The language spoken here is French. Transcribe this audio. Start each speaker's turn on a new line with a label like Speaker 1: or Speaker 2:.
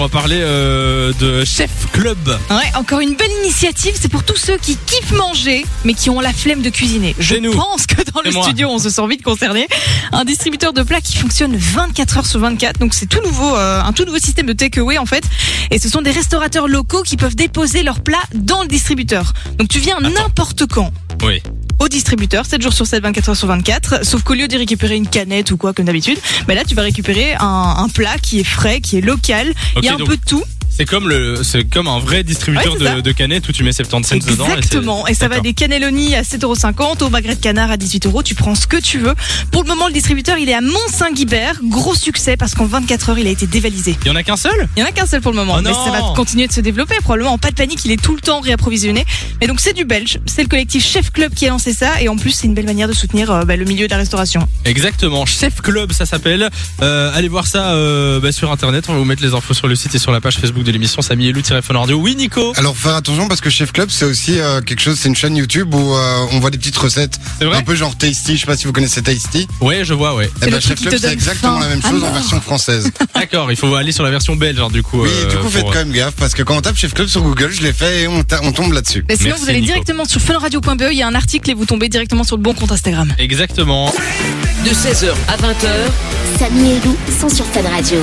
Speaker 1: va parler euh, de Chef Club.
Speaker 2: Ouais, encore une belle initiative, c'est pour tous ceux qui kiffent manger, mais qui ont la flemme de cuisiner. Je
Speaker 1: C'est nous.
Speaker 2: pense que dans le
Speaker 1: C'est moi.
Speaker 2: studio, on se sent vite concerné. Un distributeur de plats qui fonctionne 24 heures sur 24, donc c'est tout nouveau, euh, un tout nouveau système de takeaway en fait. Et ce sont des restaurateurs locaux qui peuvent déposer leurs plats dans le distributeur. Donc tu viens n'importe quand
Speaker 1: Oui.
Speaker 2: au distributeur, 7 jours sur 7, 24 heures sur 24, sauf qu'au lieu d'y récupérer une canette ou quoi comme d'habitude, bah là tu vas récupérer un, un plat qui est frais, qui est local, il y a
Speaker 1: Ok,
Speaker 2: un
Speaker 1: donc-
Speaker 2: peu de tout.
Speaker 1: C'est comme le, c'est comme un vrai distributeur
Speaker 2: Ouais, c'est
Speaker 1: de,
Speaker 2: ça.
Speaker 1: de canettes où tu mets 70 cents dedans. et c'est-
Speaker 2: Exactement. Et ça va
Speaker 1: D'accord.
Speaker 2: des cannelloni à 7,50€, au magret de canard à 18€. Tu prends ce que tu veux. Pour le moment, le distributeur, il est à Mont-Saint-Guibert. Gros succès parce qu'en 24 heures, il a été dévalisé.
Speaker 1: Il y en a qu'un seul
Speaker 2: Il y en a qu'un seul pour le moment.
Speaker 1: Oh
Speaker 2: mais
Speaker 1: non
Speaker 2: ça va continuer de se développer. Probablement, en pas de panique, il est tout le temps réapprovisionné. Et donc, c'est du belge. C'est le collectif Chef Club qui a lancé ça. Et en plus, c'est une belle manière de soutenir euh, bah, le milieu de la restauration.
Speaker 1: Exactement. Chef Club, ça s'appelle. Euh, allez voir ça euh, bah, sur internet. On va vous mettre les infos sur le site et sur la page Facebook de l'émission Samy et Lou Téléphone Radio. Oui, Nico.
Speaker 3: Alors faut faire attention parce que Chef Club c'est aussi euh, quelque chose, c'est une chaîne YouTube où euh, on voit des petites recettes,
Speaker 1: C'est vrai
Speaker 3: un peu genre Tasty, je sais pas si vous connaissez Tasty.
Speaker 1: Ouais, je vois. Ouais.
Speaker 3: Eh
Speaker 2: le
Speaker 3: ben,
Speaker 2: truc
Speaker 3: Chef
Speaker 2: qui te
Speaker 3: Club c'est
Speaker 2: donne
Speaker 3: exactement
Speaker 2: faim.
Speaker 3: la même
Speaker 2: Ah
Speaker 3: chose en
Speaker 2: non.
Speaker 3: version française.
Speaker 1: D'accord. Il faut aller sur la version belge, alors, du coup.
Speaker 3: oui,
Speaker 1: euh,
Speaker 3: du coup
Speaker 1: pour-
Speaker 3: faites quand même gaffe parce que quand on tape Chef Club sur Google, je l'ai fait et on, ta- on tombe là-dessus.
Speaker 2: Mais sinon,
Speaker 1: Merci,
Speaker 2: vous allez
Speaker 1: Nico.
Speaker 2: directement sur funradio.be. E. Il y a un article et vous tombez directement sur le bon compte Instagram.
Speaker 1: Exactement.
Speaker 4: De 16h à 20h,
Speaker 5: Samy et Lou sont sur Fan Radio.